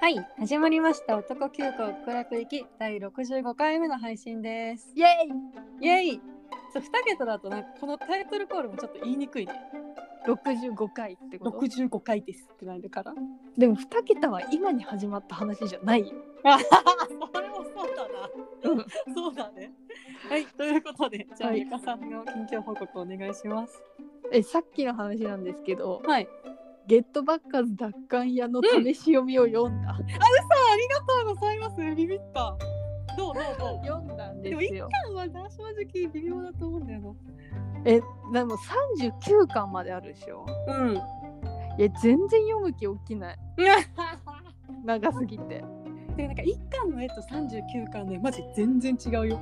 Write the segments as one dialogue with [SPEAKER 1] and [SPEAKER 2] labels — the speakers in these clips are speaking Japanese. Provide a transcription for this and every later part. [SPEAKER 1] はい、始まりました。男急行極楽行き第65回目の配信です。
[SPEAKER 2] イエイ
[SPEAKER 1] イエイそう、2桁だとなんかこのタイトルコールもちょっと言いにくいね。
[SPEAKER 2] !65 回ってこと
[SPEAKER 1] 65回ですってなるから。
[SPEAKER 2] でも2桁は今に始まった話じゃないよ。
[SPEAKER 1] あははそれもそうだな。
[SPEAKER 2] うん、
[SPEAKER 1] そうだね。はい、ということで、じゃあ、
[SPEAKER 2] はい
[SPEAKER 1] ゆかさんの近況報告お願いします。
[SPEAKER 2] えさっきの話なんですけど
[SPEAKER 1] はい。
[SPEAKER 2] 「ゲットバッカーズ奪還屋」の試し読みを読んだ、
[SPEAKER 1] さあ、ありがとうございます。ビビった。どうどうどう。
[SPEAKER 2] 読んだん
[SPEAKER 1] で
[SPEAKER 2] で
[SPEAKER 1] も
[SPEAKER 2] す
[SPEAKER 1] 一
[SPEAKER 2] よ。
[SPEAKER 1] 巻はな正直微妙だと思うんだよ
[SPEAKER 2] えでも39巻まであるでしょ
[SPEAKER 1] な。うん。
[SPEAKER 2] いや全然読む気起きない長すぎて
[SPEAKER 1] でなんか一巻の絵と三十九巻ねマジ全然違うよ。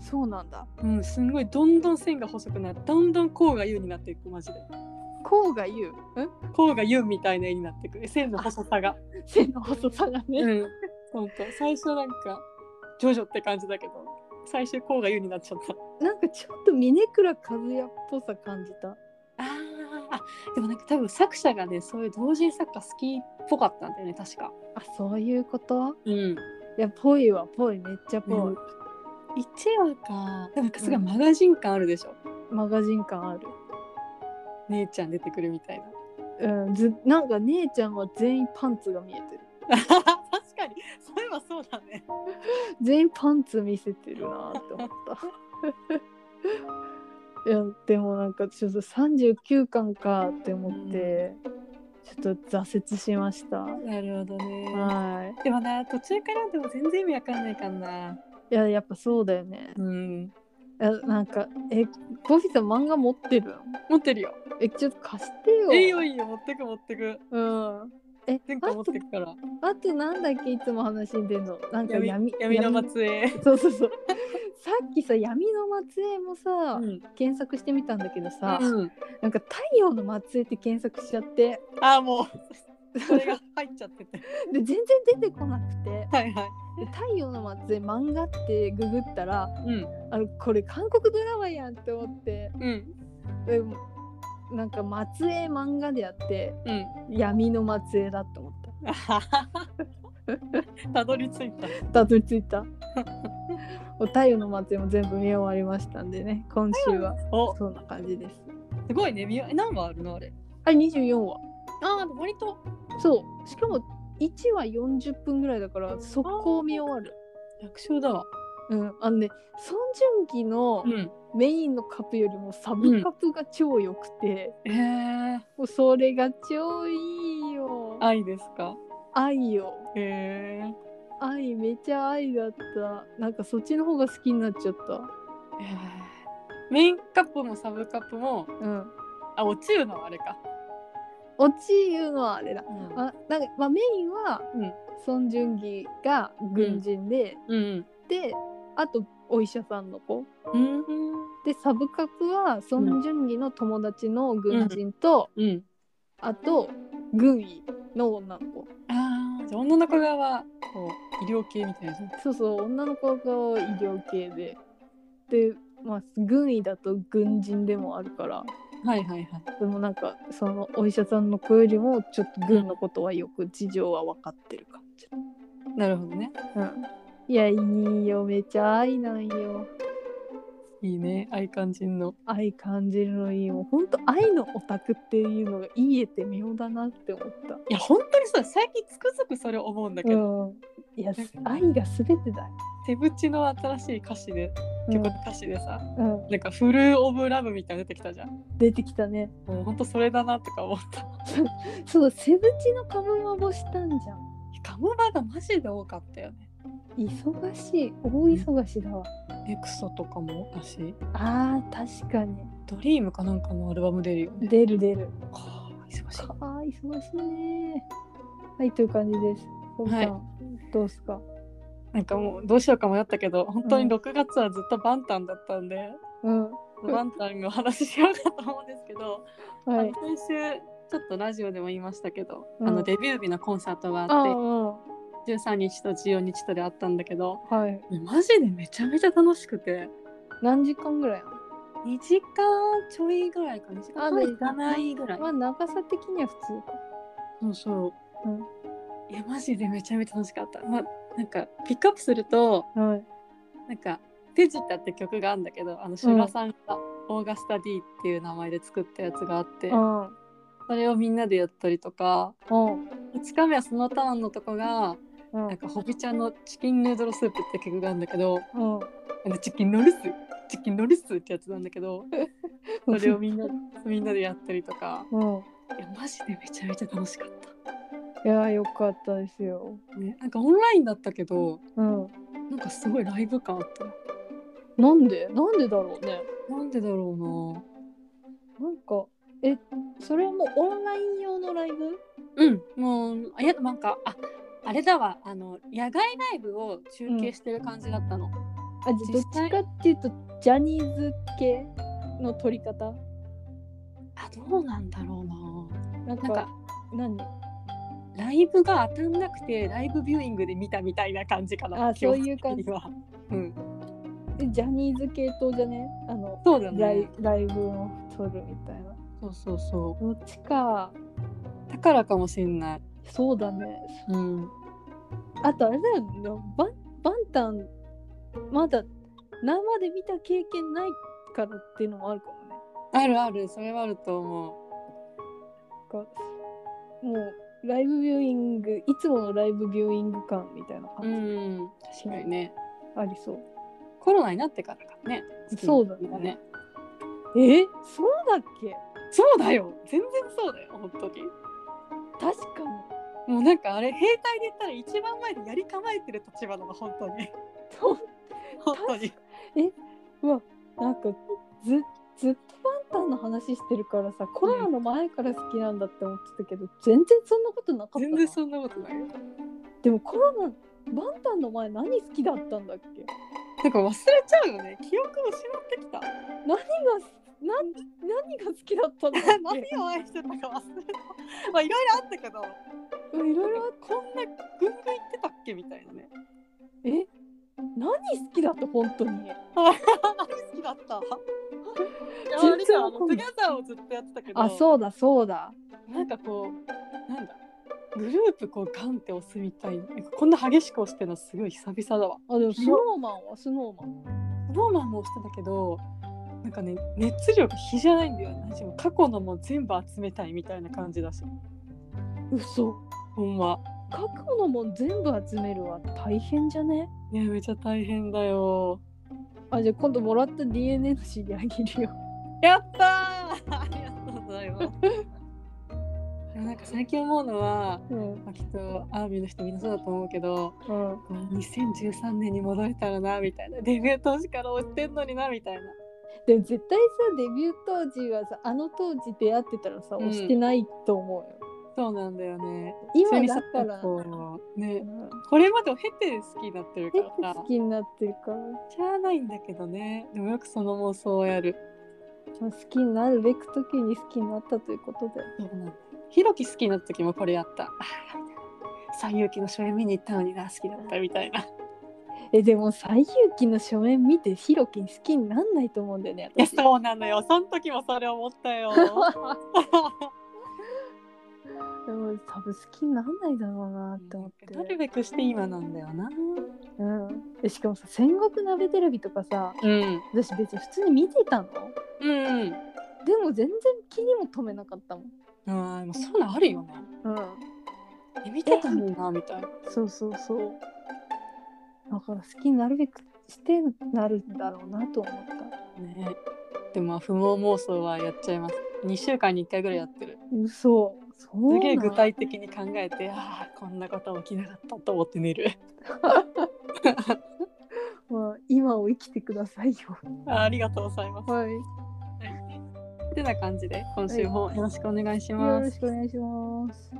[SPEAKER 2] そうなんだ
[SPEAKER 1] うんすんごいどんどん線が細くなってどんどんこうが優になっていくマジで。
[SPEAKER 2] こうが言うん
[SPEAKER 1] こうが優みたいな絵になっていくえ線の細さが。
[SPEAKER 2] 背の細さがね、
[SPEAKER 1] うん。本当最初なんかジョジョって感じだけど最終こうが優になっちゃった。
[SPEAKER 2] なんかちょっと峰倉和也っぽさ感じた
[SPEAKER 1] あーあでもなんか多分作者がねそういう同人作家好きっぽかったんだよね確か。
[SPEAKER 2] あそういうこと
[SPEAKER 1] うん。
[SPEAKER 2] いやぽいわぽいめっちゃぽい、
[SPEAKER 1] うん一話かでもなんかすごいマガジン感あるでしょ、
[SPEAKER 2] マガジン感ある
[SPEAKER 1] 姉ちゃん出てくるみたいな。
[SPEAKER 2] うん、ずなんか姉ちゃんは全員パンツが見えてる
[SPEAKER 1] 確かにそういえばそうだね。
[SPEAKER 2] 全員パンツ見せてるなって思った いやでもなんかちょっと39巻かって思って、ちょっと挫折しました
[SPEAKER 1] なるほどね。
[SPEAKER 2] は
[SPEAKER 1] でもな途中からでも全然意味わかんないかんな。
[SPEAKER 2] いいややっぱそうだよね
[SPEAKER 1] うん。
[SPEAKER 2] いやなんかえコフィさん漫画持ってるの
[SPEAKER 1] 持ってるよ。
[SPEAKER 2] えちょっと貸してよ
[SPEAKER 1] いいよいいよ持ってく持ってく。
[SPEAKER 2] うんえ
[SPEAKER 1] 前
[SPEAKER 2] あ
[SPEAKER 1] 回持っ
[SPEAKER 2] と
[SPEAKER 1] てくから。
[SPEAKER 2] あとなんだっけいつも話に出んのなんか闇
[SPEAKER 1] 闇の末裔。
[SPEAKER 2] そうそうそう。さっきさ闇の末裔もさ、
[SPEAKER 1] うん。
[SPEAKER 2] 検索してみたんだけどさ、
[SPEAKER 1] うん、
[SPEAKER 2] なんか太陽の末裔って検索しちゃって、
[SPEAKER 1] あもうそれが入っちゃってて。
[SPEAKER 2] で全然出てこなくて、
[SPEAKER 1] はいはい。
[SPEAKER 2] で太陽の末裔漫画ってググったら、
[SPEAKER 1] うん
[SPEAKER 2] あのこれ韓国ドラマやんって思って、
[SPEAKER 1] うん
[SPEAKER 2] でもなんか末裔漫画であって
[SPEAKER 1] うん。
[SPEAKER 2] 闇の末裔だって思った。
[SPEAKER 1] あははたどり着いた。
[SPEAKER 2] たどり着 いた。お太陽の末裔も全部見終わりましたんでね、今週は
[SPEAKER 1] お
[SPEAKER 2] そんな感じです。
[SPEAKER 1] すごいね。みえ何話あるのあれ。
[SPEAKER 2] あれ24話。
[SPEAKER 1] ああ割と
[SPEAKER 2] そうしかも1話40分ぐらいだから速攻見終わる
[SPEAKER 1] 楽勝だわ。
[SPEAKER 2] うんあのねソン・ジュンギの
[SPEAKER 1] うん。
[SPEAKER 2] メインのカップよりもサブカップが超良くて、
[SPEAKER 1] へえ
[SPEAKER 2] もうそれが超いいよ
[SPEAKER 1] 愛ですか。
[SPEAKER 2] 愛よ
[SPEAKER 1] へえ。
[SPEAKER 2] 愛めちゃ愛だったなんかそっちの方が好きになっちゃった
[SPEAKER 1] メインカップもサブカップも
[SPEAKER 2] うん
[SPEAKER 1] あ落ちるのはあれか、
[SPEAKER 2] 落ちいうのはあれだ
[SPEAKER 1] う
[SPEAKER 2] あなんか、まあ、メインは、
[SPEAKER 1] うん
[SPEAKER 2] ソン・ジュンギが軍人で、
[SPEAKER 1] ん
[SPEAKER 2] であとお医者さんの子、
[SPEAKER 1] うん
[SPEAKER 2] でサブカップはソン・ジュンギの友達の軍人と、
[SPEAKER 1] うん
[SPEAKER 2] あと軍医の女の子
[SPEAKER 1] あーじゃあ女の子側はこう医療系みたいな
[SPEAKER 2] そうそう女の子が医療系でで、まあ、軍医だと軍人でもあるから
[SPEAKER 1] はいはいはい
[SPEAKER 2] でもなんかそのお医者さんの子よりもちょっと軍のことはよく事情は分かってる感じ、
[SPEAKER 1] なるほどね
[SPEAKER 2] うん、いやいいよめちゃ愛なんよ
[SPEAKER 1] いいね愛肝心の
[SPEAKER 2] 愛感じるのいいもうほんと愛のオタクっていうのがいい絵って妙だなって思った
[SPEAKER 1] いや本当にそう最近つくづくそれ思うんだけど、
[SPEAKER 2] うん、いやす愛が全てだよ。
[SPEAKER 1] 手渕の新しい歌詞で曲の歌詞でさ、
[SPEAKER 2] うんうん
[SPEAKER 1] なんか「フル・オブ・ラブ」みたいなの出てきたじゃん
[SPEAKER 2] 出てきたね。
[SPEAKER 1] もう本当それだなとか思 った
[SPEAKER 2] そうセブチの株まぼしたんじゃん。
[SPEAKER 1] カムバがマジで多かったよね
[SPEAKER 2] 忙しい大忙しだわ。
[SPEAKER 1] エクソとかもだし
[SPEAKER 2] あー確かに
[SPEAKER 1] ドリームかなんかのアルバム出るよね
[SPEAKER 2] 出る出る。
[SPEAKER 1] あー忙しい
[SPEAKER 2] あー忙しいね。はいという感じです。本さん、
[SPEAKER 1] は
[SPEAKER 2] どうすか。
[SPEAKER 1] なんかもうどうしようか迷ったけど本当
[SPEAKER 2] う
[SPEAKER 1] に
[SPEAKER 2] ん
[SPEAKER 1] 6月はずっとバンタンだったんで、
[SPEAKER 2] うんうん
[SPEAKER 1] バンタンの話しようかと思うんですけど、
[SPEAKER 2] は
[SPEAKER 1] あ
[SPEAKER 2] い。
[SPEAKER 1] の先週ちょっとラジオでも言いましたけど、
[SPEAKER 2] うん
[SPEAKER 1] あのデビュー日のコンサートが
[SPEAKER 2] あ
[SPEAKER 1] あっ
[SPEAKER 2] あ
[SPEAKER 1] て13日と14日とであったんだけど
[SPEAKER 2] はい。
[SPEAKER 1] マジでめちゃめちゃ楽しくて
[SPEAKER 2] 何時間ぐらいなの？
[SPEAKER 1] 2時間ちょいぐらいか2時間
[SPEAKER 2] あ
[SPEAKER 1] 半
[SPEAKER 2] で
[SPEAKER 1] いかないぐらい
[SPEAKER 2] まあ長さ的には普通か。
[SPEAKER 1] そうそう、
[SPEAKER 2] うん
[SPEAKER 1] いやマジでめちゃめちゃ楽しかった、まあ、なんかピックアップすると
[SPEAKER 2] はい
[SPEAKER 1] なんか「ペジタ」って曲があるんだけどあのシュラさんが「オーガスタ D」っていう名前で作ったやつがあって、
[SPEAKER 2] うん
[SPEAKER 1] それをみんなでやったりとか
[SPEAKER 2] うん
[SPEAKER 1] 2日目はそのターンのとこが
[SPEAKER 2] うん
[SPEAKER 1] なんかホビちゃんの「チキンヌードルスープ」って曲があるんだけど
[SPEAKER 2] うん
[SPEAKER 1] あのチキンノルスチキンノルスってやつなんだけどそれをみん なみんなでやったりとか
[SPEAKER 2] うん
[SPEAKER 1] いやマジでめちゃめちゃ楽しかった、
[SPEAKER 2] いやよかったですよ
[SPEAKER 1] ね、なんかオンラインだったけど
[SPEAKER 2] うん
[SPEAKER 1] なんかすごいライブ感あった
[SPEAKER 2] なんでなんでだろうね
[SPEAKER 1] なんでだろうな
[SPEAKER 2] なんかえそれはもうオンライン用のライブ
[SPEAKER 1] うんもうあいやなんかああれだわあの野外ライブを中継してる感じだったの、
[SPEAKER 2] あじゃあどっ
[SPEAKER 1] 実際
[SPEAKER 2] ちかっていうとジャニーズ系の撮り方
[SPEAKER 1] あどうなんだろう
[SPEAKER 2] なんか
[SPEAKER 1] ななんか
[SPEAKER 2] 何
[SPEAKER 1] ライブが当たんなくてライブビューイングで見たみたいな感じかな
[SPEAKER 2] あそういう感じ
[SPEAKER 1] 基本的にはうん
[SPEAKER 2] えジャニーズ系統じゃねあの
[SPEAKER 1] そうだ
[SPEAKER 2] ライ
[SPEAKER 1] ね
[SPEAKER 2] ライブを撮るみたいな
[SPEAKER 1] そうそうそ
[SPEAKER 2] どっちか
[SPEAKER 1] うだからかもしんない
[SPEAKER 2] そうだね
[SPEAKER 1] うん
[SPEAKER 2] あとあれだよねバンバンタンまだ生で見た経験ないからっていうのもあるかもね
[SPEAKER 1] あるあるそれはあると思
[SPEAKER 2] なんかもうライブビューイングいつものライブビューイング感みたいな
[SPEAKER 1] うう
[SPEAKER 2] 感
[SPEAKER 1] ん確かにね
[SPEAKER 2] じありそう、
[SPEAKER 1] コロナになってからかね
[SPEAKER 2] そうだねえそうだっけ
[SPEAKER 1] そうだよ全然そうだよ本当に
[SPEAKER 2] 確かに
[SPEAKER 1] もうなんかあれ兵隊で言ったら一番前でやり構えてる立場なの本当に
[SPEAKER 2] そう
[SPEAKER 1] 本当に
[SPEAKER 2] うわなんかずずっとバンタンの話してるからさコロナの前から好きなんだって思ってたけど、全然そんなことなかったな
[SPEAKER 1] 全然そんなことないよ
[SPEAKER 2] でもコロナバンタンの前何好きだったんだっけ
[SPEAKER 1] なんか忘れちゃうよね記憶を失ってきた
[SPEAKER 2] 何が何何が好きだったんだ っ
[SPEAKER 1] 何
[SPEAKER 2] け
[SPEAKER 1] を愛してたか忘れたまあいろいろあったけど
[SPEAKER 2] うんいろいろあっ
[SPEAKER 1] こんなぐんぐん言ってたっけみたいなね
[SPEAKER 2] え何好きだった本当に
[SPEAKER 1] 好きだ った
[SPEAKER 2] 然
[SPEAKER 1] 全然あ
[SPEAKER 2] わか
[SPEAKER 1] の
[SPEAKER 2] ん
[SPEAKER 1] トゥ
[SPEAKER 2] ない
[SPEAKER 1] ギャザーをずっとやってたけど
[SPEAKER 2] あそうだそうだ
[SPEAKER 1] なんかこうなんだグループこうガンって押すみたいななんかこんな激しく押してるのすごい久々だわ
[SPEAKER 2] あでもスノーマンはスノーマン
[SPEAKER 1] スノーマンも押してたけどなんかね熱量が比じゃないんだよね私も過去のも全部集めたいみたいな感じだし
[SPEAKER 2] 嘘
[SPEAKER 1] ほんま
[SPEAKER 2] 過去のもん全部集めるは大変じゃね
[SPEAKER 1] いやめちゃ大変だよ
[SPEAKER 2] あじゃあ今度もらった DNA の CD あげるよ
[SPEAKER 1] やったーありがとうご ざいますでもなんか最近思うのは、
[SPEAKER 2] うん
[SPEAKER 1] まあ、きっとアーミーの人みんなそうだと思うけど
[SPEAKER 2] うん
[SPEAKER 1] まあ2013年に戻れたらなみたいなデビュー当時から落ちてんのになみたいな
[SPEAKER 2] でも絶対さデビュー当時はさあの当時出会ってたらさ
[SPEAKER 1] うん
[SPEAKER 2] 押してないと思うよ、
[SPEAKER 1] そうなんだよね
[SPEAKER 2] 今だから
[SPEAKER 1] 普通にさこうね
[SPEAKER 2] うん
[SPEAKER 1] これまでを経て好きになってるか
[SPEAKER 2] 結
[SPEAKER 1] ら
[SPEAKER 2] 構
[SPEAKER 1] さ
[SPEAKER 2] 好きになってるから
[SPEAKER 1] しゃあないんだけどねでもよくその妄想をやる
[SPEAKER 2] まあ好きになるべく時に好きになったということで
[SPEAKER 1] ひろき好きになった時もこれやったあ ー西遊記の初演見に行ったのにな好きだったみ たいな
[SPEAKER 2] えでも西遊記の初面見てヒロキ好きになんないと思うんだよね
[SPEAKER 1] いや
[SPEAKER 2] 私
[SPEAKER 1] そうなのよその時もそれ思った よ
[SPEAKER 2] でも多分好きになんないだろうなって思って
[SPEAKER 1] なるべくして今なんだよな
[SPEAKER 2] うんえしかもさ戦国鍋テレビとかさ
[SPEAKER 1] うん
[SPEAKER 2] 私別に普通に見てたの
[SPEAKER 1] うん
[SPEAKER 2] でも全然気にも留めなかったもん
[SPEAKER 1] あーでもそうなんあるよね
[SPEAKER 2] うん
[SPEAKER 1] え見てたのになみたいな
[SPEAKER 2] そうそうそう。だから好きになるべくしてなるんだろうなと思った。
[SPEAKER 1] ねでもまあ不毛妄想はやっちゃいます2週間に1回ぐらいやってる
[SPEAKER 2] 嘘。そう
[SPEAKER 1] す
[SPEAKER 2] なん
[SPEAKER 1] げえ具体的に考えてああこんなこと起きなかったと思って寝る
[SPEAKER 2] まあ今を生きてくださいよ。
[SPEAKER 1] あーありがとうございます
[SPEAKER 2] はい。よ
[SPEAKER 1] てな感じで今週もよろしくお願いします、
[SPEAKER 2] ろしくお願いします。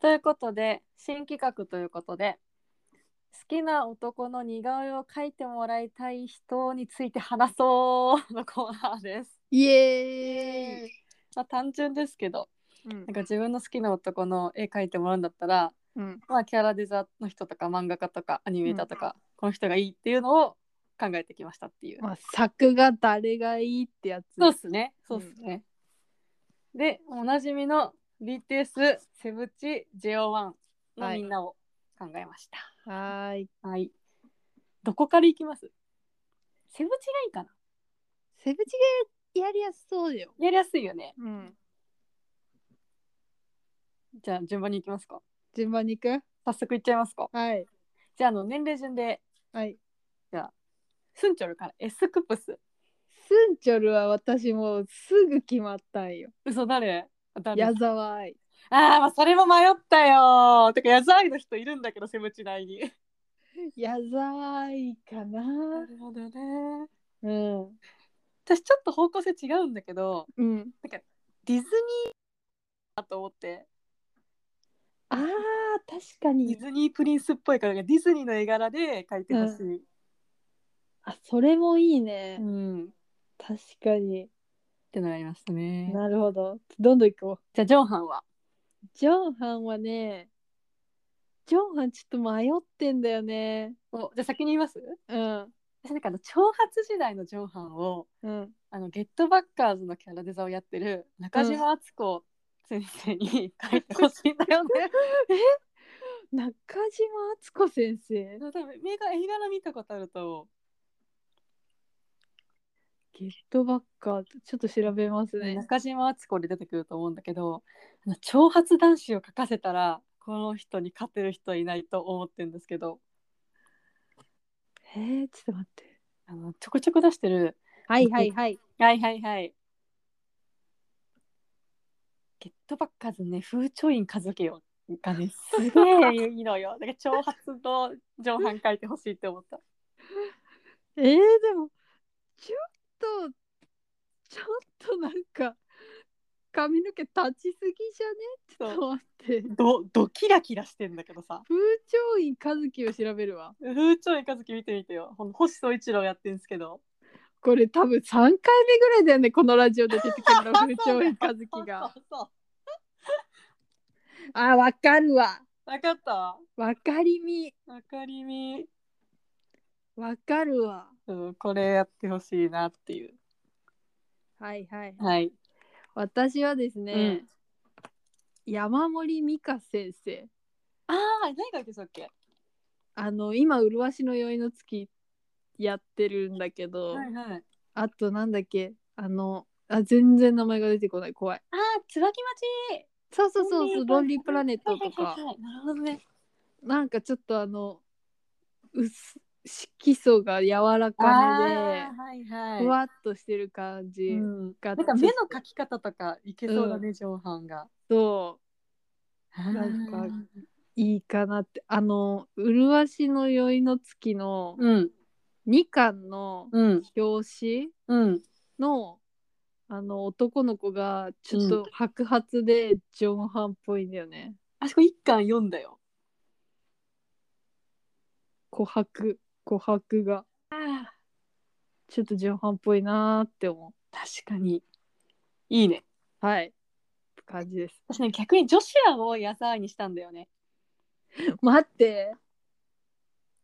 [SPEAKER 1] ということで新企画ということで好きな男の似顔絵を描いてもらいたい人について話そうのコーナーです。
[SPEAKER 2] イエ
[SPEAKER 1] まあ、単純ですけど
[SPEAKER 2] ーイ。
[SPEAKER 1] なんか自分の好きな男の絵描いてもらうんだったら、
[SPEAKER 2] うん。
[SPEAKER 1] まあ、キャラデザの人とか漫画家とかアニメーターとか、この人がいいっていうのを考えてきましたっていう。
[SPEAKER 2] まあ、作が誰がいいってやつ。
[SPEAKER 1] そうっすね。そうっすね。で、おなじみの BTS、セブチ、JO1 のみんなを考えました。
[SPEAKER 2] はーい。
[SPEAKER 1] はい。どこからいきますセブチがいいかな
[SPEAKER 2] セブチがやりやすそうだよ。
[SPEAKER 1] やりやすいよね。
[SPEAKER 2] うん。
[SPEAKER 1] じゃあ、順番に行きますか。
[SPEAKER 2] 順番に行く
[SPEAKER 1] 早速いっちゃいますか。
[SPEAKER 2] はい。
[SPEAKER 1] じゃあ、あの、年齢順で、
[SPEAKER 2] はい。
[SPEAKER 1] スンチョルからエスクプス。
[SPEAKER 2] スンチョルは私もうすぐ決まったんよ。
[SPEAKER 1] 嘘誰誰
[SPEAKER 2] 矢沢愛。
[SPEAKER 1] ああ、まあ、それも迷ったよ。てか、矢沢愛の人いるんだけど、セブチ内に。
[SPEAKER 2] 矢沢愛かな。
[SPEAKER 1] るほどね。
[SPEAKER 2] うん。
[SPEAKER 1] 私、ちょっと方向性違うんだけど、
[SPEAKER 2] うん。
[SPEAKER 1] ディズニーだと思って、
[SPEAKER 2] あー、確か
[SPEAKER 1] デ
[SPEAKER 2] に
[SPEAKER 1] ィ。ズニープリンスっぽいから、ディズニーの絵柄で描いてほしい。
[SPEAKER 2] あ、それもいいね。
[SPEAKER 1] うん。っ
[SPEAKER 2] 確かに。
[SPEAKER 1] てなりましたね。
[SPEAKER 2] なるほど。どんどん行こう。
[SPEAKER 1] じゃあ、ジョンハンは
[SPEAKER 2] ジョンハンはね、ジョンハンちょっと迷ってんだよね。
[SPEAKER 1] おじゃあ、先に言います
[SPEAKER 2] うん。
[SPEAKER 1] 私、なんかあの、長髪時代のジョンハンを、
[SPEAKER 2] うん。
[SPEAKER 1] あの、ゲットバッカーズのキャラデザをやってる中島敦子先生に描いてほしいんだよね。
[SPEAKER 2] 中島敦子先 生
[SPEAKER 1] 多分映画映画の見たことあると
[SPEAKER 2] ゲットバッカーちょっと調べますね、
[SPEAKER 1] 中島敦子で出てくると思うんだけどあの長髪男子を描かせたらこの人に勝てる人いないと思ってるんですけど
[SPEAKER 2] えー、ちょっと待って
[SPEAKER 1] あのちょこちょこ出してる
[SPEAKER 2] はいはいはい
[SPEAKER 1] はいはいはいゲットバッカーズね風潮院和樹よがねすげえいいのよだ から長髪と上半描いてほしいって思った
[SPEAKER 2] えー、でもちょっとちょっとなんか髪の毛立ちすぎじゃねちょっと待って
[SPEAKER 1] どどキラキラしてんだけどさ
[SPEAKER 2] 風潮院和樹を調べるわ
[SPEAKER 1] 風潮院和樹見てみてよほん星宗一郎やってるんですけど
[SPEAKER 2] これ多分3回目ぐらいだよねこのラジオで出て くるの風潮院和樹が
[SPEAKER 1] そうそうそう
[SPEAKER 2] あわかるわ
[SPEAKER 1] わかった
[SPEAKER 2] わかりみ
[SPEAKER 1] わかりみ、
[SPEAKER 2] わかるわ
[SPEAKER 1] うん、これやってほしいなっていう
[SPEAKER 2] はいはい
[SPEAKER 1] はい、
[SPEAKER 2] 私はです
[SPEAKER 1] う
[SPEAKER 2] ね、
[SPEAKER 1] ん
[SPEAKER 2] 山森美香先生
[SPEAKER 1] ああ何がいいでしたっけ
[SPEAKER 2] あの今「麗しの宵の月」やってるんだけど、
[SPEAKER 1] はいはい
[SPEAKER 2] あとなんだっけあのあ全然名前が出てこない怖い
[SPEAKER 1] ああ椿町
[SPEAKER 2] そうそうそうそう「ロ
[SPEAKER 1] ロ
[SPEAKER 2] ン
[SPEAKER 1] ン
[SPEAKER 2] リ
[SPEAKER 1] リ
[SPEAKER 2] ー
[SPEAKER 1] ー
[SPEAKER 2] プ
[SPEAKER 1] プ
[SPEAKER 2] ラネッ
[SPEAKER 1] は
[SPEAKER 2] ト」
[SPEAKER 1] いはい
[SPEAKER 2] と
[SPEAKER 1] は
[SPEAKER 2] か
[SPEAKER 1] いはいなるほどね
[SPEAKER 2] なんかちょっとあのうす色素が柔らか
[SPEAKER 1] あーはい
[SPEAKER 2] め
[SPEAKER 1] は
[SPEAKER 2] で
[SPEAKER 1] い
[SPEAKER 2] ふわっとしてる感じ、
[SPEAKER 1] うん、な
[SPEAKER 2] が
[SPEAKER 1] んか目の描き方とかいけそうだね、上半が
[SPEAKER 2] となんかいいかなってあの「麗しの宵の月」の
[SPEAKER 1] うん
[SPEAKER 2] 2巻の
[SPEAKER 1] うん
[SPEAKER 2] 表紙、
[SPEAKER 1] うん
[SPEAKER 2] のあの男の子がちょっと白髪でジョンハンっぽいんだよね。
[SPEAKER 1] あそこ一巻読んだよ
[SPEAKER 2] 琥珀琥珀が
[SPEAKER 1] あ
[SPEAKER 2] ちょっとジョンハンっぽいなーって思
[SPEAKER 1] 確かにいいね
[SPEAKER 2] う。はい。って感じです。
[SPEAKER 1] 私ね逆にジョシュアを野菜にしたんだよね
[SPEAKER 2] 待って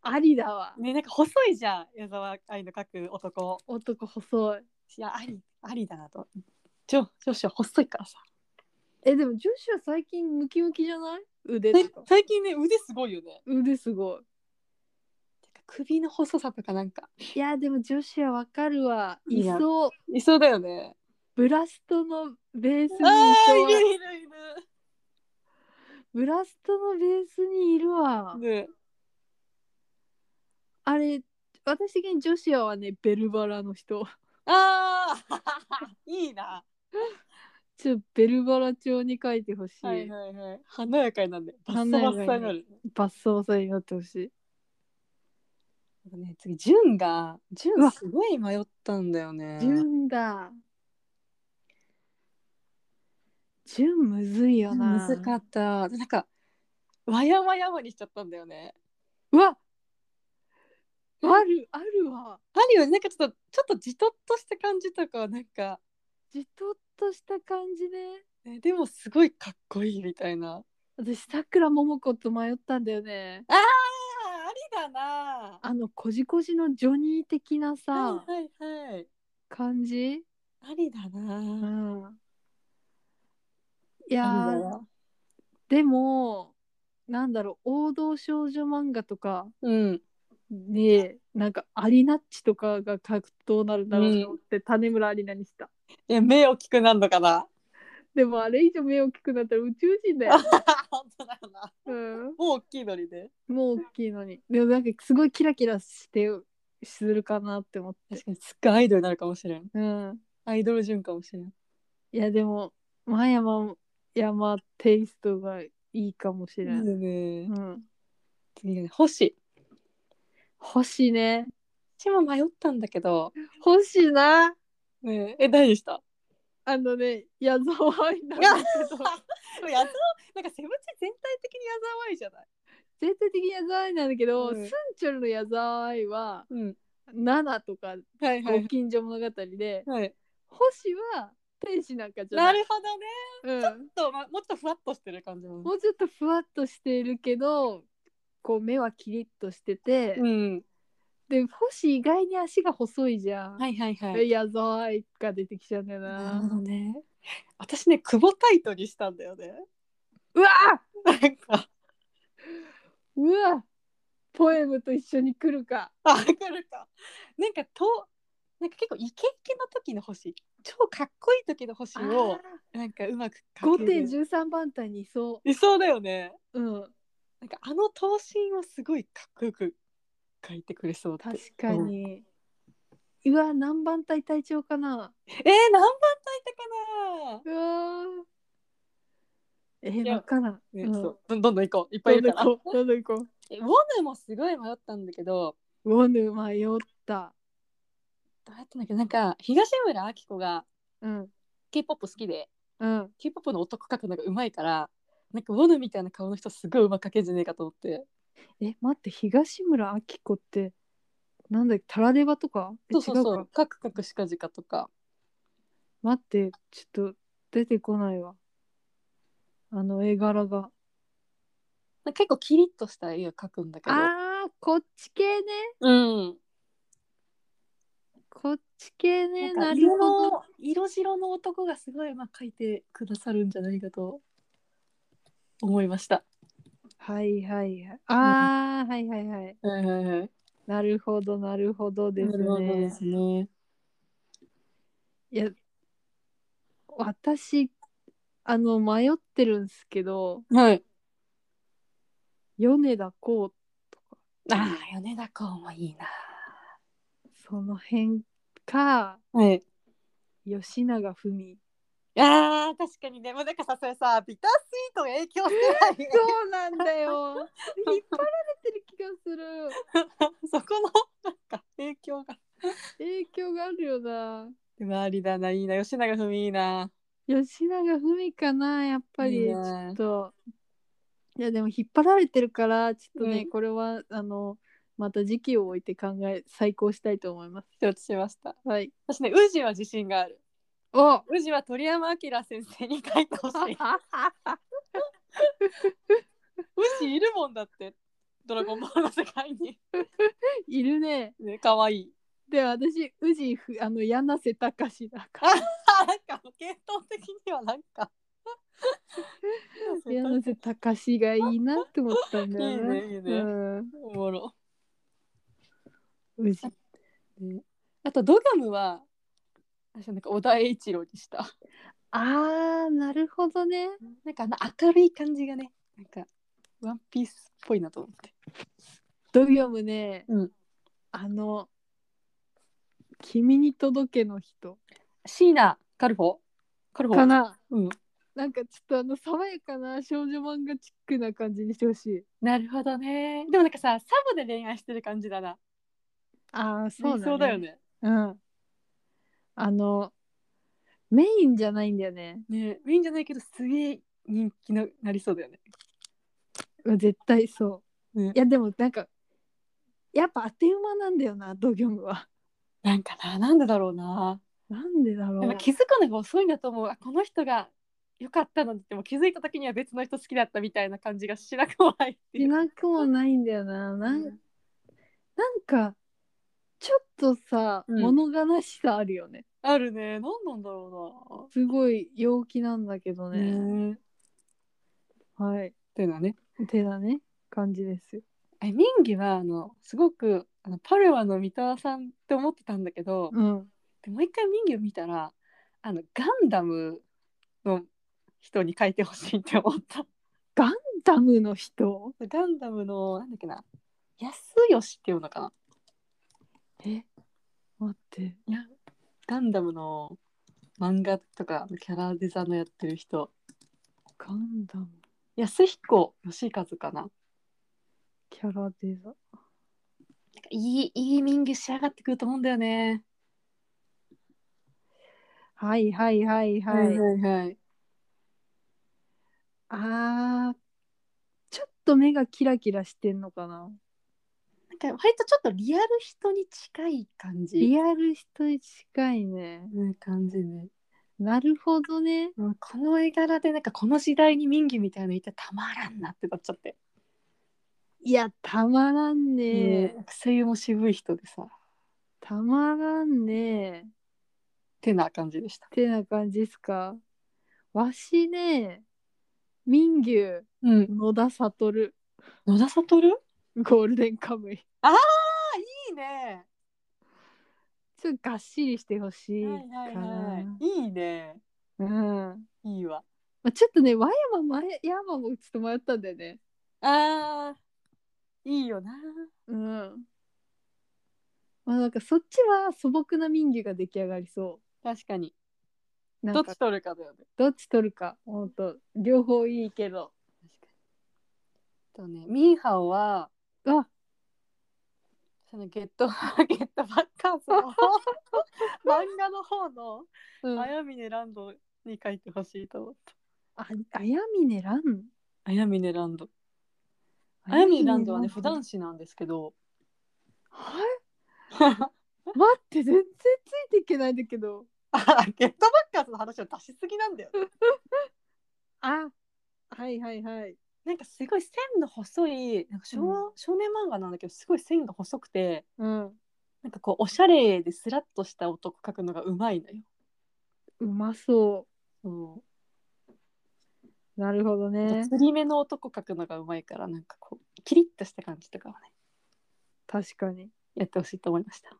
[SPEAKER 2] ありだわ。
[SPEAKER 1] ねなんか細いじゃん矢沢愛の描く男
[SPEAKER 2] 男細い。
[SPEAKER 1] いや、あり、ありだなと。ジョ、ジョシュは細いからさ。
[SPEAKER 2] えでも女子は最近ムキムキじゃない腕
[SPEAKER 1] で
[SPEAKER 2] とか。
[SPEAKER 1] 最近ね、腕すごいよね。
[SPEAKER 2] 腕すごい。
[SPEAKER 1] てか首の細さとかなんか。
[SPEAKER 2] いやでも女子はわかるわ。
[SPEAKER 1] い
[SPEAKER 2] い
[SPEAKER 1] や
[SPEAKER 2] そう。
[SPEAKER 1] いそうだよね。
[SPEAKER 2] ブラストのベースにい
[SPEAKER 1] あーい
[SPEAKER 2] そう。
[SPEAKER 1] るいるい
[SPEAKER 2] ブラストのベースにいるわ。
[SPEAKER 1] る。ね、
[SPEAKER 2] あれ私的に女子はねベルバラの人
[SPEAKER 1] ああ いいな。
[SPEAKER 2] ちょっとベルバラ調に書いてほしい、
[SPEAKER 1] はいはいはい。華やかになんで、バッ
[SPEAKER 2] 華や
[SPEAKER 1] サ
[SPEAKER 2] か
[SPEAKER 1] バッサ
[SPEAKER 2] に
[SPEAKER 1] になる。
[SPEAKER 2] バッサバサになってほしい
[SPEAKER 1] なんかね、次、ジュンが、ジ
[SPEAKER 2] う
[SPEAKER 1] ュ
[SPEAKER 2] わ
[SPEAKER 1] ンすごい迷ったんだよね。
[SPEAKER 2] 純だ純むずいよな
[SPEAKER 1] 難かった。なんか、わやわやわにしちゃったんだよね。
[SPEAKER 2] うわあるあるわ
[SPEAKER 1] あるよね、なんかちょっと、ちょっとじとっとした感じとかは、なんか、
[SPEAKER 2] じとっとした感じね
[SPEAKER 1] ね、でもすごいかっこいいみたいな。
[SPEAKER 2] 私さくらももこと迷ったんだよね
[SPEAKER 1] ああ、ありかな
[SPEAKER 2] あのこじこじのジョニー的なさ
[SPEAKER 1] はいはいはい
[SPEAKER 2] 感じ、
[SPEAKER 1] ありだ
[SPEAKER 2] う、
[SPEAKER 1] なんあ
[SPEAKER 2] いや
[SPEAKER 1] り
[SPEAKER 2] ー
[SPEAKER 1] だわ
[SPEAKER 2] でもなんだろう王道少女漫画とか
[SPEAKER 1] うん
[SPEAKER 2] でなんかアリナッチとかが書くとどうなるんだろうと思って、種村アリナにした
[SPEAKER 1] いや目大きくなるのかな
[SPEAKER 2] でもあれ以上目大きくなったら宇宙人だよ、
[SPEAKER 1] 本当だよな
[SPEAKER 2] う
[SPEAKER 1] も
[SPEAKER 2] ん、
[SPEAKER 1] う大きいのにね
[SPEAKER 2] もう大きいのにでもなんかすごいキラキラしてするかなって思って
[SPEAKER 1] 確かにすっごいアイドルになるかもしれん
[SPEAKER 2] うん
[SPEAKER 1] アイドル順かもしれん
[SPEAKER 2] いやでも真山山テイストがいいかもしれん、
[SPEAKER 1] ね
[SPEAKER 2] うん、
[SPEAKER 1] 次がね星
[SPEAKER 2] 星ね
[SPEAKER 1] 星も迷ったんだけど
[SPEAKER 2] 星な
[SPEAKER 1] ねええ大事した
[SPEAKER 2] あのね矢沢愛なん
[SPEAKER 1] いや
[SPEAKER 2] だけど
[SPEAKER 1] でも矢沢なんかセブチ全体的に矢沢愛じゃない
[SPEAKER 2] 全体的に矢沢愛なんだけど、
[SPEAKER 1] うん
[SPEAKER 2] スンチョルの矢沢愛は
[SPEAKER 1] うん
[SPEAKER 2] 7とか
[SPEAKER 1] はいは
[SPEAKER 2] ご
[SPEAKER 1] い
[SPEAKER 2] 近所物語で、
[SPEAKER 1] はい
[SPEAKER 2] 星は天使なんかじゃな
[SPEAKER 1] ないるほどね
[SPEAKER 2] うん、
[SPEAKER 1] ちょっと、ま、もうちょっとふわっとしてる感じも
[SPEAKER 2] もうちょっとふわっとしているけどこう目はキリッとしてて、
[SPEAKER 1] うん
[SPEAKER 2] で星意外に足が細いじゃん、
[SPEAKER 1] はいはいはい
[SPEAKER 2] い、矢沢愛が出てきちゃうんだよ
[SPEAKER 1] なる
[SPEAKER 2] な
[SPEAKER 1] ほどね私ね久保タイトにしたんだよね
[SPEAKER 2] うわ
[SPEAKER 1] なんか
[SPEAKER 2] うわポエムと一緒に来るか
[SPEAKER 1] あ来るかなんかとなんか結構イケイケの時の星超かっこいい時の星をなんかうまく描
[SPEAKER 2] 5
[SPEAKER 1] け
[SPEAKER 2] 点
[SPEAKER 1] る
[SPEAKER 2] 13番隊にいそ
[SPEAKER 1] いそうだよね
[SPEAKER 2] ううん
[SPEAKER 1] なんかあの頭身をすごいかっこよく描いてくれそうって
[SPEAKER 2] 確かに、うわ何番隊隊長かな
[SPEAKER 1] えー、何番炊いたか
[SPEAKER 2] うわーえー、
[SPEAKER 1] いや
[SPEAKER 2] わからん、
[SPEAKER 1] な、ね
[SPEAKER 2] うん、
[SPEAKER 1] そうどんどんどん行こういっぱ
[SPEAKER 2] ど
[SPEAKER 1] いい
[SPEAKER 2] んど
[SPEAKER 1] る
[SPEAKER 2] ん
[SPEAKER 1] から
[SPEAKER 2] 行こうどんどん行こ
[SPEAKER 1] えウォヌもすごい迷ったんだけど
[SPEAKER 2] うウォヌ迷った
[SPEAKER 1] どうやったんだっけどなんか東村明子が
[SPEAKER 2] うん
[SPEAKER 1] k p o p 好きで
[SPEAKER 2] うん
[SPEAKER 1] k p o p の男描くのがうまいからなんかウォヌみたいな顔の人すごいうまく描けんじゃねえかと思って
[SPEAKER 2] え待って東村明子ってなんだっけタラデバとかえ
[SPEAKER 1] そうそうそ
[SPEAKER 2] 違
[SPEAKER 1] う
[SPEAKER 2] か
[SPEAKER 1] カクカクしかじかとか
[SPEAKER 2] 待ってちょっと出てこないわあの絵柄が
[SPEAKER 1] なんか結構キリッとした絵を描くんだけど
[SPEAKER 2] あーこっち系ね
[SPEAKER 1] うん
[SPEAKER 2] こっち系ね
[SPEAKER 1] なか
[SPEAKER 2] なんる
[SPEAKER 1] 色
[SPEAKER 2] ほど
[SPEAKER 1] の色白の男がすごいうまく描いてくださるんじゃないかと思いました。
[SPEAKER 2] はいはいはいあー、はいはいはい
[SPEAKER 1] はいはいはい。
[SPEAKER 2] なるほどなるほどですね
[SPEAKER 1] すね。
[SPEAKER 2] いや私あの迷ってるんですけど
[SPEAKER 1] はい。
[SPEAKER 2] 米田こ
[SPEAKER 1] ああ、米田公もいいな。
[SPEAKER 2] うその辺か
[SPEAKER 1] はい。
[SPEAKER 2] 吉永文
[SPEAKER 1] ああ、確かにね、もうなんかさ、それさ、ビタースイートが影響してない。
[SPEAKER 2] そうなんだよ引っ張られてる気がする
[SPEAKER 1] そこの、なんか影響が。
[SPEAKER 2] 影響があるよな
[SPEAKER 1] でもありだな、いいな、吉永文いいな。
[SPEAKER 2] 吉永文かなやっぱ
[SPEAKER 1] いい
[SPEAKER 2] りち
[SPEAKER 1] ね
[SPEAKER 2] ょっといやでも引っ張られてるからちょっとね、
[SPEAKER 1] うん
[SPEAKER 2] これはあのまた時期を置いて考え再考したいと思います
[SPEAKER 1] 承知しました。
[SPEAKER 2] はい
[SPEAKER 1] 私ね、宇治は自信がある。
[SPEAKER 2] お
[SPEAKER 1] 宇治は鳥山明先生に書いてほし い。宇治いるもんだって。ドラゴンボールの世界に。
[SPEAKER 2] いるね
[SPEAKER 1] ね、可愛いい。
[SPEAKER 2] で私宇治ふあの柳瀬隆だか
[SPEAKER 1] あ
[SPEAKER 2] ら
[SPEAKER 1] なんか、系統的にはなん か。
[SPEAKER 2] 柳瀬隆がいいなって思ったんだよ
[SPEAKER 1] い
[SPEAKER 2] ね
[SPEAKER 1] いねいいね
[SPEAKER 2] うん
[SPEAKER 1] おもろ。
[SPEAKER 2] 宇治
[SPEAKER 1] あと、ドガムは、私なんか小田栄一郎にした。
[SPEAKER 2] あーなるほどね
[SPEAKER 1] なんかあの明るい感じがね、なんか、ワンピースっぽいなと思って。
[SPEAKER 2] ドギョムね、
[SPEAKER 1] うん
[SPEAKER 2] あの「君に届け」の人
[SPEAKER 1] シーナ、カルフォカルフォ
[SPEAKER 2] かな
[SPEAKER 1] うん。
[SPEAKER 2] なんかちょっとあの爽やかな少女漫画チックな感じにしてほしい
[SPEAKER 1] なるほどね。でもなんかさ、サブで恋愛してる感じだな。
[SPEAKER 2] ああそうだね
[SPEAKER 1] そうだよね。
[SPEAKER 2] うんあのメインじゃないんだよね
[SPEAKER 1] ねいいんじゃないけど、すげえ人気のなりそうだよね。
[SPEAKER 2] うん絶対そう、
[SPEAKER 1] ね
[SPEAKER 2] いやでもなんかやっぱ当て馬なんだよなドギョムは
[SPEAKER 1] なんかな、なんでだろうな。
[SPEAKER 2] なんでだろ
[SPEAKER 1] でも
[SPEAKER 2] う
[SPEAKER 1] 気づくのが遅いんだと思うあこの人が良かったのにでも気づいた時には別の人好きだったみたいな感じがしなくもないってい
[SPEAKER 2] し
[SPEAKER 1] う
[SPEAKER 2] なくもないんだよななん
[SPEAKER 1] うん
[SPEAKER 2] なんかちょっとさ、
[SPEAKER 1] うん
[SPEAKER 2] 物悲しさあるよね
[SPEAKER 1] あるね。何なんだろ
[SPEAKER 2] すごい陽気なんだけど
[SPEAKER 1] う
[SPEAKER 2] ね
[SPEAKER 1] な。、ねっ
[SPEAKER 2] はい
[SPEAKER 1] ていうのはね。
[SPEAKER 2] てなね感じですよ
[SPEAKER 1] え民義はあのすごくあのパルワの三田さんって思ってたんだけど、
[SPEAKER 2] うん
[SPEAKER 1] でもう一回民義を見たらあのガンダムの人に書いてほしいって思った。
[SPEAKER 2] ダムの人
[SPEAKER 1] ガンダムのなんだっけな安吉っていうのかな
[SPEAKER 2] え待って
[SPEAKER 1] ガンダムの漫画とかのキャラデザインのやってる人
[SPEAKER 2] ガンダム
[SPEAKER 1] 安彦義和かななんか
[SPEAKER 2] キャラデザ
[SPEAKER 1] いいいい民義仕上がってくると思うんだよね。
[SPEAKER 2] はいはいはいはい、
[SPEAKER 1] はいはい。
[SPEAKER 2] あーちょっと目がキラキラしてんのかな
[SPEAKER 1] なんか割とちょっとリアル人に近い感じ。
[SPEAKER 2] リアル人に近いね
[SPEAKER 1] ね感じね。
[SPEAKER 2] なるほどね
[SPEAKER 1] もうこの絵柄でなんかこの時代に民義みたいなのいてたまらんなってなっちゃって、
[SPEAKER 2] いやたまらんね
[SPEAKER 1] ねなんか声優も渋い人でさ
[SPEAKER 2] たまらんね
[SPEAKER 1] てな感じでした
[SPEAKER 2] ってな感じですかわしね民牛
[SPEAKER 1] うん
[SPEAKER 2] 野田悟
[SPEAKER 1] 野田悟い
[SPEAKER 2] ゴールデンカムイ
[SPEAKER 1] いね
[SPEAKER 2] ちょっとがっしりしてほしいかな、
[SPEAKER 1] はいはいはいいいね
[SPEAKER 2] うん
[SPEAKER 1] いいわ
[SPEAKER 2] まあ、ちょっとね和山前山もちょっと迷ったんだよね
[SPEAKER 1] あーいいよな
[SPEAKER 2] うんまあなんかそっちは素朴な民牛が出来上がりそ
[SPEAKER 1] 確かに
[SPEAKER 2] うな
[SPEAKER 1] ど
[SPEAKER 2] ん
[SPEAKER 1] っ
[SPEAKER 2] か
[SPEAKER 1] ち取るかだよね
[SPEAKER 2] どっち取るかほんと両方いいけど
[SPEAKER 1] とねミンハオは
[SPEAKER 2] あ
[SPEAKER 1] そのゲットゲットバッカーズ の漫画の方の
[SPEAKER 2] うんあ
[SPEAKER 1] 綾峰ランドに書いてほしいと思った
[SPEAKER 2] あやみねらん
[SPEAKER 1] 綾峰ランドあやみランドはね普
[SPEAKER 2] は
[SPEAKER 1] 段誌なんですけ ど
[SPEAKER 2] い待って全然ついていけないんだけど
[SPEAKER 1] あ ゲットバッカーズの話を出しすぎなんだよね
[SPEAKER 2] あはいはいはい
[SPEAKER 1] なんかすごい線の細いなんか少,、
[SPEAKER 2] う
[SPEAKER 1] 少年漫画なんだけどすごい線が細くて
[SPEAKER 2] うん
[SPEAKER 1] なんかこうおしゃれでスラッとした男描くのがうまいのよ。
[SPEAKER 2] うまそ
[SPEAKER 1] そう
[SPEAKER 2] なるほど
[SPEAKER 1] う
[SPEAKER 2] ね
[SPEAKER 1] 釣り目の男描くのがうまいからなんかこうキリッとした感じとかはね
[SPEAKER 2] 確かに
[SPEAKER 1] やってほしいと思いました。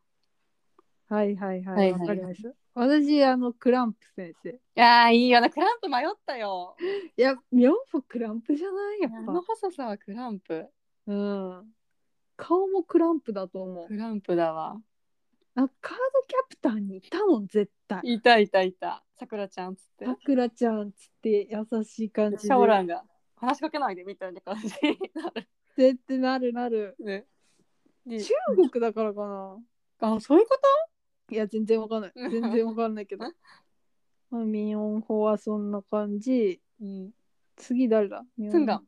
[SPEAKER 2] はいはいは
[SPEAKER 1] はいい
[SPEAKER 2] わ、
[SPEAKER 1] はい
[SPEAKER 2] かりました私あのクランプ先生
[SPEAKER 1] いやーいいよなクランプ迷ったよ。
[SPEAKER 2] いやミョンフォクランプじゃないやっ
[SPEAKER 1] あの
[SPEAKER 2] ぱ
[SPEAKER 1] 細さはクランプ
[SPEAKER 2] うん顔もクランプだと思う
[SPEAKER 1] クランプだわ。
[SPEAKER 2] あカードキャプターにいたもん絶対
[SPEAKER 1] いたいたいたさくらちゃんっつって
[SPEAKER 2] さくらちゃんっつって優しい感じで
[SPEAKER 1] シャオランが話しかけないでみたいな感じになる
[SPEAKER 2] 絶対なるなる
[SPEAKER 1] ね。で
[SPEAKER 2] 中国だからかな
[SPEAKER 1] あそういうこと
[SPEAKER 2] いや全然わかんない全然わかんないけどまあミヨンホはそんな感じ
[SPEAKER 1] うん。
[SPEAKER 2] 次誰だミヨン
[SPEAKER 1] スンガン。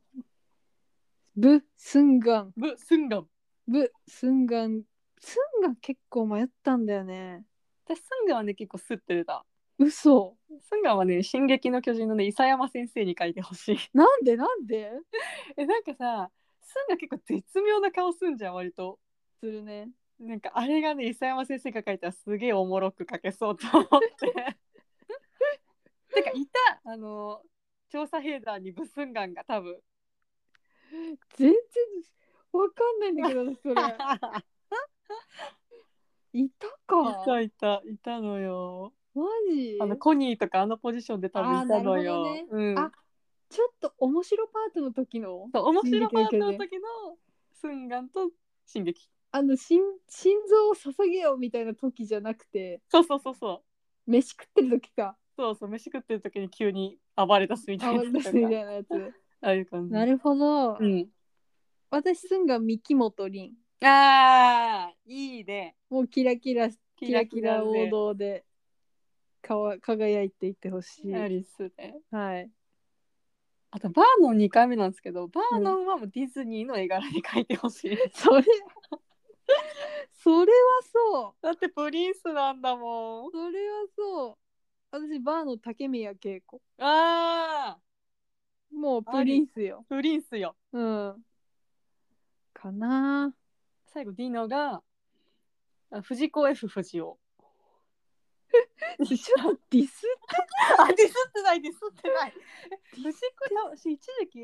[SPEAKER 2] ブスンガン
[SPEAKER 1] ブ、スンガン。
[SPEAKER 2] ブスンガンスンガン結構迷ったんだよね
[SPEAKER 1] 私、スンガンはね、結構すって出た。
[SPEAKER 2] 嘘
[SPEAKER 1] スンガンはね、進撃の巨人のね、伊佐山先生に書いてほしい。
[SPEAKER 2] なんでなんで
[SPEAKER 1] え、なんかさ、スンガン結構絶妙な顔すんじゃん、割と。
[SPEAKER 2] するね
[SPEAKER 1] なんか、あれがね、伊佐山先生が書いたらすげえおもろく書けそうと思 って。てか、いた、あの、調査兵団にブスンガンが多 分。
[SPEAKER 2] 全然わかんないんだけどそれ いた
[SPEAKER 1] い
[SPEAKER 2] か
[SPEAKER 1] たいた、いたのよ。
[SPEAKER 2] マジ
[SPEAKER 1] あの、コニーとかあのポジションで多分いたのよ。
[SPEAKER 2] あーなるほ
[SPEAKER 1] うん。
[SPEAKER 2] あちょっと面白パートの時の
[SPEAKER 1] そう面白パートの
[SPEAKER 2] 進撃の巨
[SPEAKER 1] 時のスンガンと進撃
[SPEAKER 2] あの心心臓を捧げようみたいな時じゃなくて
[SPEAKER 1] そうそうそうそう
[SPEAKER 2] 飯食ってる時か
[SPEAKER 1] そうそう飯食ってる時に急に暴れ出すみたいな
[SPEAKER 2] 泡出すみたいなやつ
[SPEAKER 1] ああいう感じ
[SPEAKER 2] なるほど、
[SPEAKER 1] うん
[SPEAKER 2] 私すんが三木本凛
[SPEAKER 1] あーいいね
[SPEAKER 2] もうキラキラキラキラ王
[SPEAKER 1] ね
[SPEAKER 2] 道でかわ輝いていってほしい、
[SPEAKER 1] アリスね
[SPEAKER 2] はい
[SPEAKER 1] あとバーノン2回目なんですけどバーノンはもうディズニーの絵柄に描いてほしい、
[SPEAKER 2] それ それはそ
[SPEAKER 1] だってプリンスなんだもん
[SPEAKER 2] うそれはそう私バーの竹宮恵子
[SPEAKER 1] あ
[SPEAKER 2] もうプリンスよ
[SPEAKER 1] ープリンスよ
[SPEAKER 2] うんかな
[SPEAKER 1] 最後ディノがあ藤子 F 不二雄
[SPEAKER 2] ちょっとディス
[SPEAKER 1] あディスってないディスってない藤子私一時期、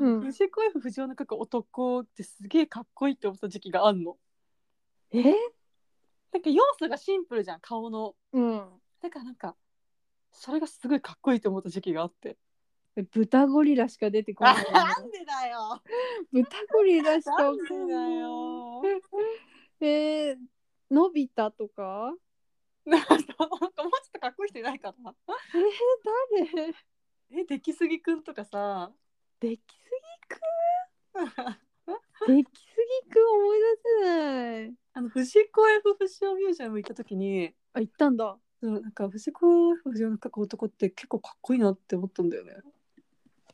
[SPEAKER 2] うん
[SPEAKER 1] 藤子 F 不二雄の書く男ってすげえかっこいいって思った時期があんの
[SPEAKER 2] え
[SPEAKER 1] なんか要素がシンプルじゃん顔の
[SPEAKER 2] うん
[SPEAKER 1] だからなんかそれがすごいかっこいいと思った時期があって
[SPEAKER 2] 豚ゴリラしか出てこない
[SPEAKER 1] でだよ
[SPEAKER 2] 豚ゴリラしか
[SPEAKER 1] なん
[SPEAKER 2] 出
[SPEAKER 1] で
[SPEAKER 2] てこ
[SPEAKER 1] だ
[SPEAKER 2] ない
[SPEAKER 1] よ
[SPEAKER 2] えー、のび太とか
[SPEAKER 1] なんかもうちょっとかっこいい人いないかな
[SPEAKER 2] え誰
[SPEAKER 1] え出来すぎくんとかさ
[SPEAKER 2] できすぎできすぎくん思い出せない
[SPEAKER 1] あの藤子 F 不二雄ミュージアム行った時に
[SPEAKER 2] あ行ったんだ
[SPEAKER 1] そのなんか藤子 F 不二雄の書く男って結構かっこいいなって思ったんだよね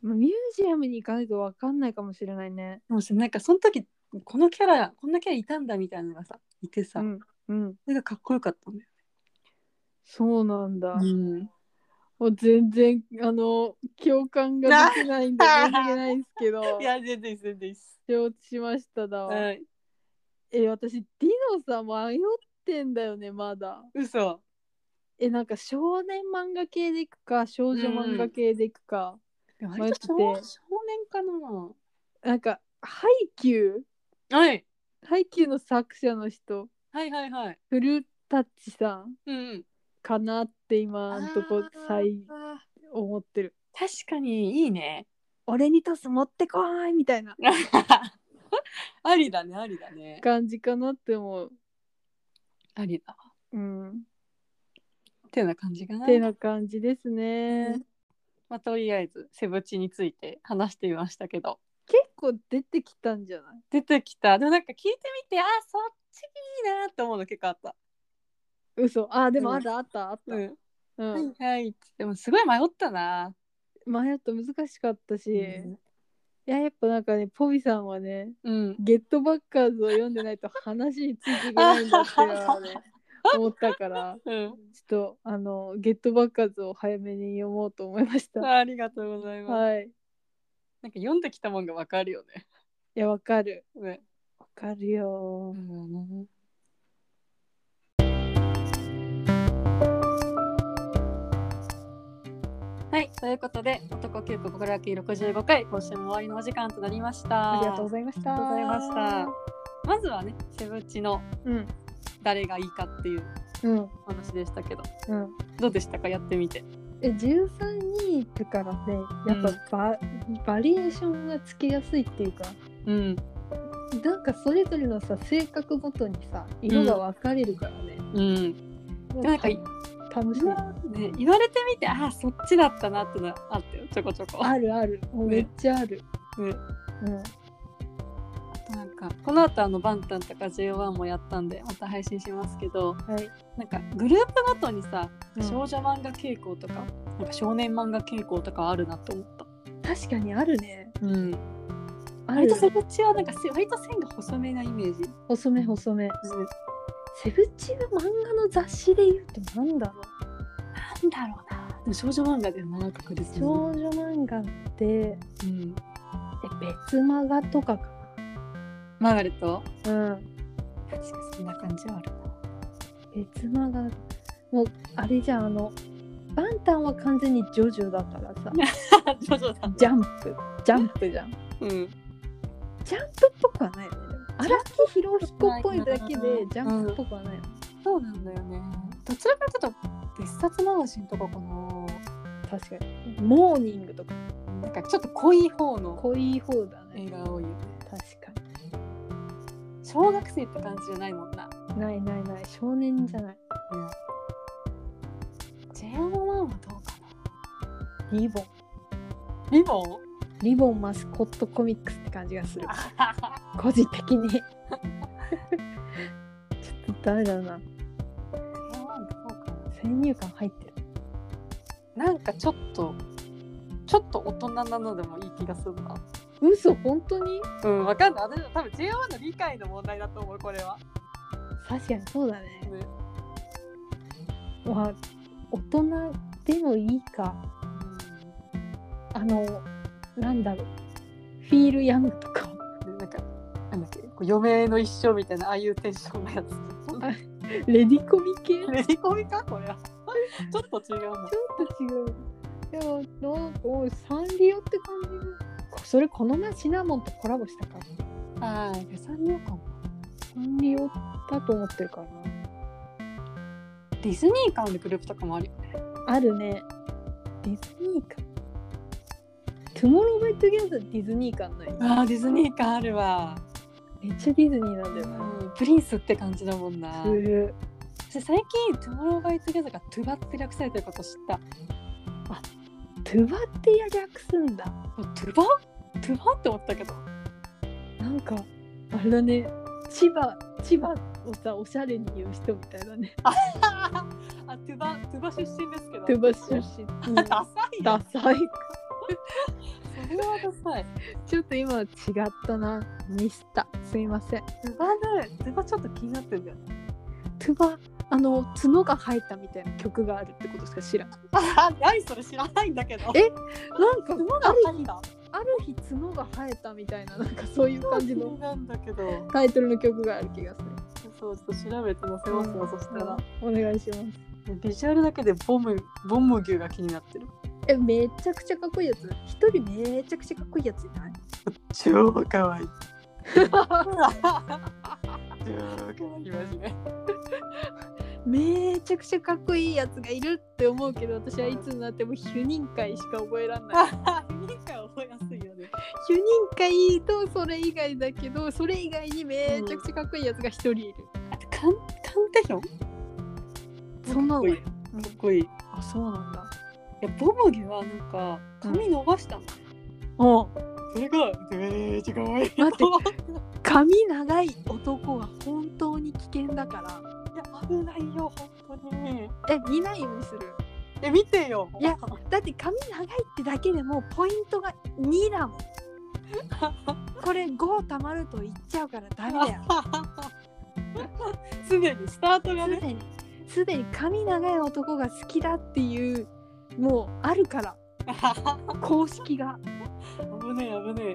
[SPEAKER 2] まあミュージアムに行かないと分かんないかもしれないね
[SPEAKER 1] でもさなんかその時このキャラこんなキャラいたんだみたいなのがさいてさ、
[SPEAKER 2] うんうん
[SPEAKER 1] それがかっこよかったんだよ、
[SPEAKER 2] そうなんだ、
[SPEAKER 1] うん、
[SPEAKER 2] もう全然あの共感ができないんで
[SPEAKER 1] な
[SPEAKER 2] 申し 訳ないですけど
[SPEAKER 1] いや全然いい全然いいっす
[SPEAKER 2] 承知しましただわ、
[SPEAKER 1] はい
[SPEAKER 2] え私ディノさん迷ってんだよねまだ
[SPEAKER 1] 嘘
[SPEAKER 2] えなんか少年漫画系でいくか少女漫画系でいくか、
[SPEAKER 1] でも
[SPEAKER 2] 割
[SPEAKER 1] 割
[SPEAKER 2] と
[SPEAKER 1] と
[SPEAKER 2] 少
[SPEAKER 1] 少
[SPEAKER 2] 年
[SPEAKER 1] 年かな
[SPEAKER 2] なんかハイキュー
[SPEAKER 1] はい
[SPEAKER 2] ハイキューの作者の人
[SPEAKER 1] はいはいはい
[SPEAKER 2] 古舘さん
[SPEAKER 1] うんうん
[SPEAKER 2] かなって今んとこ最
[SPEAKER 1] あ
[SPEAKER 2] 思ってる
[SPEAKER 1] ー確かにいいね
[SPEAKER 2] 俺にトス持ってこいみたいな
[SPEAKER 1] ありだねありだね
[SPEAKER 2] 感じかなって思う
[SPEAKER 1] ありだ
[SPEAKER 2] うん
[SPEAKER 1] てな感じかな
[SPEAKER 2] てな感じですね、
[SPEAKER 1] うんまあ、とりあえずセブチについて話してみましたけど
[SPEAKER 2] 結構出てきたんじゃない
[SPEAKER 1] 出てきたでもなんか聞いてみてあそっちいいなって思うの結構あった、
[SPEAKER 2] 嘘あでも
[SPEAKER 1] うん
[SPEAKER 2] あったあったあった、
[SPEAKER 1] うん
[SPEAKER 2] うん
[SPEAKER 1] はいはいでもすごい迷ったな、
[SPEAKER 2] 迷った難しかったし、
[SPEAKER 1] うん
[SPEAKER 2] いややっぱなんかねポビさんはね
[SPEAKER 1] うん
[SPEAKER 2] 「ゲットバッカーズ」を読んでないと話についていけないんだっていうの はね思ったから
[SPEAKER 1] うん
[SPEAKER 2] ちょっとあのゲットバッカーズを早めに読もうと思いました。
[SPEAKER 1] あ
[SPEAKER 2] は
[SPEAKER 1] ありがとうございます、
[SPEAKER 2] い。い
[SPEAKER 1] なんか読んできたもんがわかるよね
[SPEAKER 2] やわかる。
[SPEAKER 1] ね
[SPEAKER 2] わかるよ。
[SPEAKER 1] はい、ということで、男キュープ心焼き65回、今週も終わりのお時間となりました。
[SPEAKER 2] ありがとうございまし
[SPEAKER 1] あ
[SPEAKER 2] た。
[SPEAKER 1] りがとうございました。まずはね、セブチの
[SPEAKER 2] うん
[SPEAKER 1] 誰がいいかっていう
[SPEAKER 2] うん
[SPEAKER 1] お話でしたけど、
[SPEAKER 2] うん。
[SPEAKER 1] どうでしたか、やってみて。
[SPEAKER 2] え十三人いくからね、やっぱバ、バリエーションがつきやすいっていうか、
[SPEAKER 1] うん、
[SPEAKER 2] なんかそれぞれのさ性格ごとにさ色が分かれるからね。
[SPEAKER 1] うん、
[SPEAKER 2] もう
[SPEAKER 1] でなんか
[SPEAKER 2] た楽しい。
[SPEAKER 1] ね、言われてみて、ああ、そっちだったなってのあったよ、ちょこちょこ。
[SPEAKER 2] あるある。もうめっちゃある。
[SPEAKER 1] ね
[SPEAKER 2] うん。
[SPEAKER 1] なんか、この後、あの、バンタンとか JO1 もやったんで、また配信しますけど、
[SPEAKER 2] はい。
[SPEAKER 1] なんかグループごとにさ、
[SPEAKER 2] うん
[SPEAKER 1] 少女漫画傾向とかなんか少年漫画傾向とかあるなと思った、
[SPEAKER 2] 確かにあるね。
[SPEAKER 1] うん、
[SPEAKER 2] あ
[SPEAKER 1] 割
[SPEAKER 2] る
[SPEAKER 1] と。セブチはなんかせ割と線が細めなイメージ、
[SPEAKER 2] 細め細め。セブチは漫画の雑誌で言うとなんだろう
[SPEAKER 1] なんだろうなでも少女漫画だよな確実に、
[SPEAKER 2] 少女漫画ってえ
[SPEAKER 1] うん、
[SPEAKER 2] 別漫画とかか
[SPEAKER 1] マーガレッ ト
[SPEAKER 2] なうん
[SPEAKER 1] 確かにそんな感じはある
[SPEAKER 2] 別漫画もうあれじゃんあのバンタンは完全にジョジョだから さ
[SPEAKER 1] ジョジョだ
[SPEAKER 2] ジャンプジャンプじゃん
[SPEAKER 1] うん
[SPEAKER 2] ジャンプっぽくはないよねでも荒木ひろ彦っぽいだけで
[SPEAKER 1] うん
[SPEAKER 2] ジャンプっぽくはないよね、
[SPEAKER 1] そうなんだよねどちらかというと別冊マガジンとかかな
[SPEAKER 2] 確かにモーニングとか
[SPEAKER 1] なんかちょっと濃い方の
[SPEAKER 2] 濃い方だね
[SPEAKER 1] 映画が多いよね
[SPEAKER 2] 確か
[SPEAKER 1] 小学生って感じじゃないもんな
[SPEAKER 2] にないないない少年じゃない
[SPEAKER 1] JO1 はどうかな
[SPEAKER 2] リボン
[SPEAKER 1] リボン
[SPEAKER 2] リボンマスコットコミックスって感じがする
[SPEAKER 1] は
[SPEAKER 2] 個人的にちょっとダメだな先入観入ってる
[SPEAKER 1] なんかちょっとちょっと大人なのでもいい気がするな
[SPEAKER 2] 嘘本当に
[SPEAKER 1] うんわかんない私多分 JO1 の理解の問題だと思うこれは、
[SPEAKER 2] 確かにそうだね
[SPEAKER 1] ね
[SPEAKER 2] まあ大人でもいいかあのなんだろうフィール・ヤングとか
[SPEAKER 1] でなんかあのなんだっけこう余命の一生みたいなああいうテンションのやつ
[SPEAKER 2] レディコミ系
[SPEAKER 1] 練り込みかこれは ちょっと違うの
[SPEAKER 2] ちょっと違う。でもなんかおいサンリオって感じがそれこの前シナモンとコラボしたから
[SPEAKER 1] ああ野菜のかも
[SPEAKER 2] サンリオだと思ってるからな。
[SPEAKER 1] ディズニー間のグループとかもあるよね
[SPEAKER 2] あるね。ディズニーか。トゥモローバイトギャザーディズニー感ない。
[SPEAKER 1] ああディズニー間あるわ、
[SPEAKER 2] めっちゃディズニーなんだよな。
[SPEAKER 1] うん、プリンスって感じだもんな
[SPEAKER 2] する。
[SPEAKER 1] 私最近「トゥモローバイトギャザー」が「トゥバ」って略されてること知った
[SPEAKER 2] トゥバってや略すんだ。
[SPEAKER 1] トゥバトゥバって思ったけど
[SPEAKER 2] なんかあれだね。千葉千葉をさおしゃれに言う人みたいだね。
[SPEAKER 1] あトゥバトゥバ出身ですけど
[SPEAKER 2] トゥバ出身。うん
[SPEAKER 1] ダサい
[SPEAKER 2] ダサい。
[SPEAKER 1] それはダサい
[SPEAKER 2] ちょっと今は違ったな。ミスった。すいません。
[SPEAKER 1] トゥバねトゥバちょっと気になってんだよね
[SPEAKER 2] トゥバあの角が生えたみたいな曲があるってことしか知らない。
[SPEAKER 1] あ 何それ知らないんだけど
[SPEAKER 2] えなんか
[SPEAKER 1] トゥバ
[SPEAKER 2] あ
[SPEAKER 1] が
[SPEAKER 2] る
[SPEAKER 1] 入った
[SPEAKER 2] ある日角が生えたみたいななんかそういう感じの
[SPEAKER 1] なんだけど
[SPEAKER 2] タイトルの曲がある気がする。
[SPEAKER 1] そうちょっと調べて載せますわ、そしたら
[SPEAKER 2] お願いします。
[SPEAKER 1] ビジュアルだけでボムボム牛が気になってる
[SPEAKER 2] えめちゃくちゃかっこいいやつ。一人めちゃくちゃかっこいいやついない。
[SPEAKER 1] 超かわいい超かわいいマジで
[SPEAKER 2] めちゃくちゃかっこいいやつがいるって思うけど私はいつになっても主任会しか覚えらんない。
[SPEAKER 1] 人間覚えやすいよね
[SPEAKER 2] 主任会とそれ以外だけどそれ以外にめちゃくちゃかっこいいやつが一人いる。
[SPEAKER 1] あとカンカンテヒョン
[SPEAKER 2] そんなの
[SPEAKER 1] かっこいい
[SPEAKER 2] あそうなんだ。
[SPEAKER 1] いやボムギはなんか髪伸ばしたの、
[SPEAKER 2] お
[SPEAKER 1] それがめっちゃ可愛い
[SPEAKER 2] 待って
[SPEAKER 1] い
[SPEAKER 2] 髪長い男は本当に危険だから
[SPEAKER 1] や危ないよ本当に
[SPEAKER 2] え見ないようにする
[SPEAKER 1] え見てよ
[SPEAKER 2] いやだって髪長いってだけでもうポイントが2だもんこれ5たまるといっちゃうからダメだよ
[SPEAKER 1] すでにスタートが
[SPEAKER 2] す
[SPEAKER 1] ね
[SPEAKER 2] でにすでに髪長い男が好きだっていうもうあるから公式が
[SPEAKER 1] 危ねえ危ねえ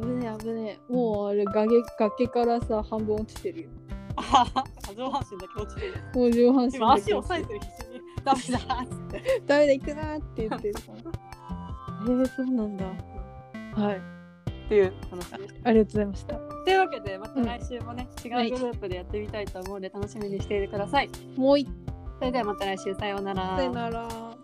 [SPEAKER 2] 危ねえ危ねえもうあれ崖崖からさ半分落ちてるよ
[SPEAKER 1] あはは上半身だけ落ちてる
[SPEAKER 2] もう上半身
[SPEAKER 1] 今足を押さえてる必死にダメだっつって
[SPEAKER 2] ダメだ行くなーって 言ってるからえー、そうなんだはい
[SPEAKER 1] っていう話です
[SPEAKER 2] ありがとうございました。
[SPEAKER 1] というわけでまた来週もね、
[SPEAKER 2] は
[SPEAKER 1] 違
[SPEAKER 2] いう
[SPEAKER 1] グループでやってみたいと思うので楽しみにしていてください
[SPEAKER 2] もう一
[SPEAKER 1] それではまた来週さようなら
[SPEAKER 2] 回なら。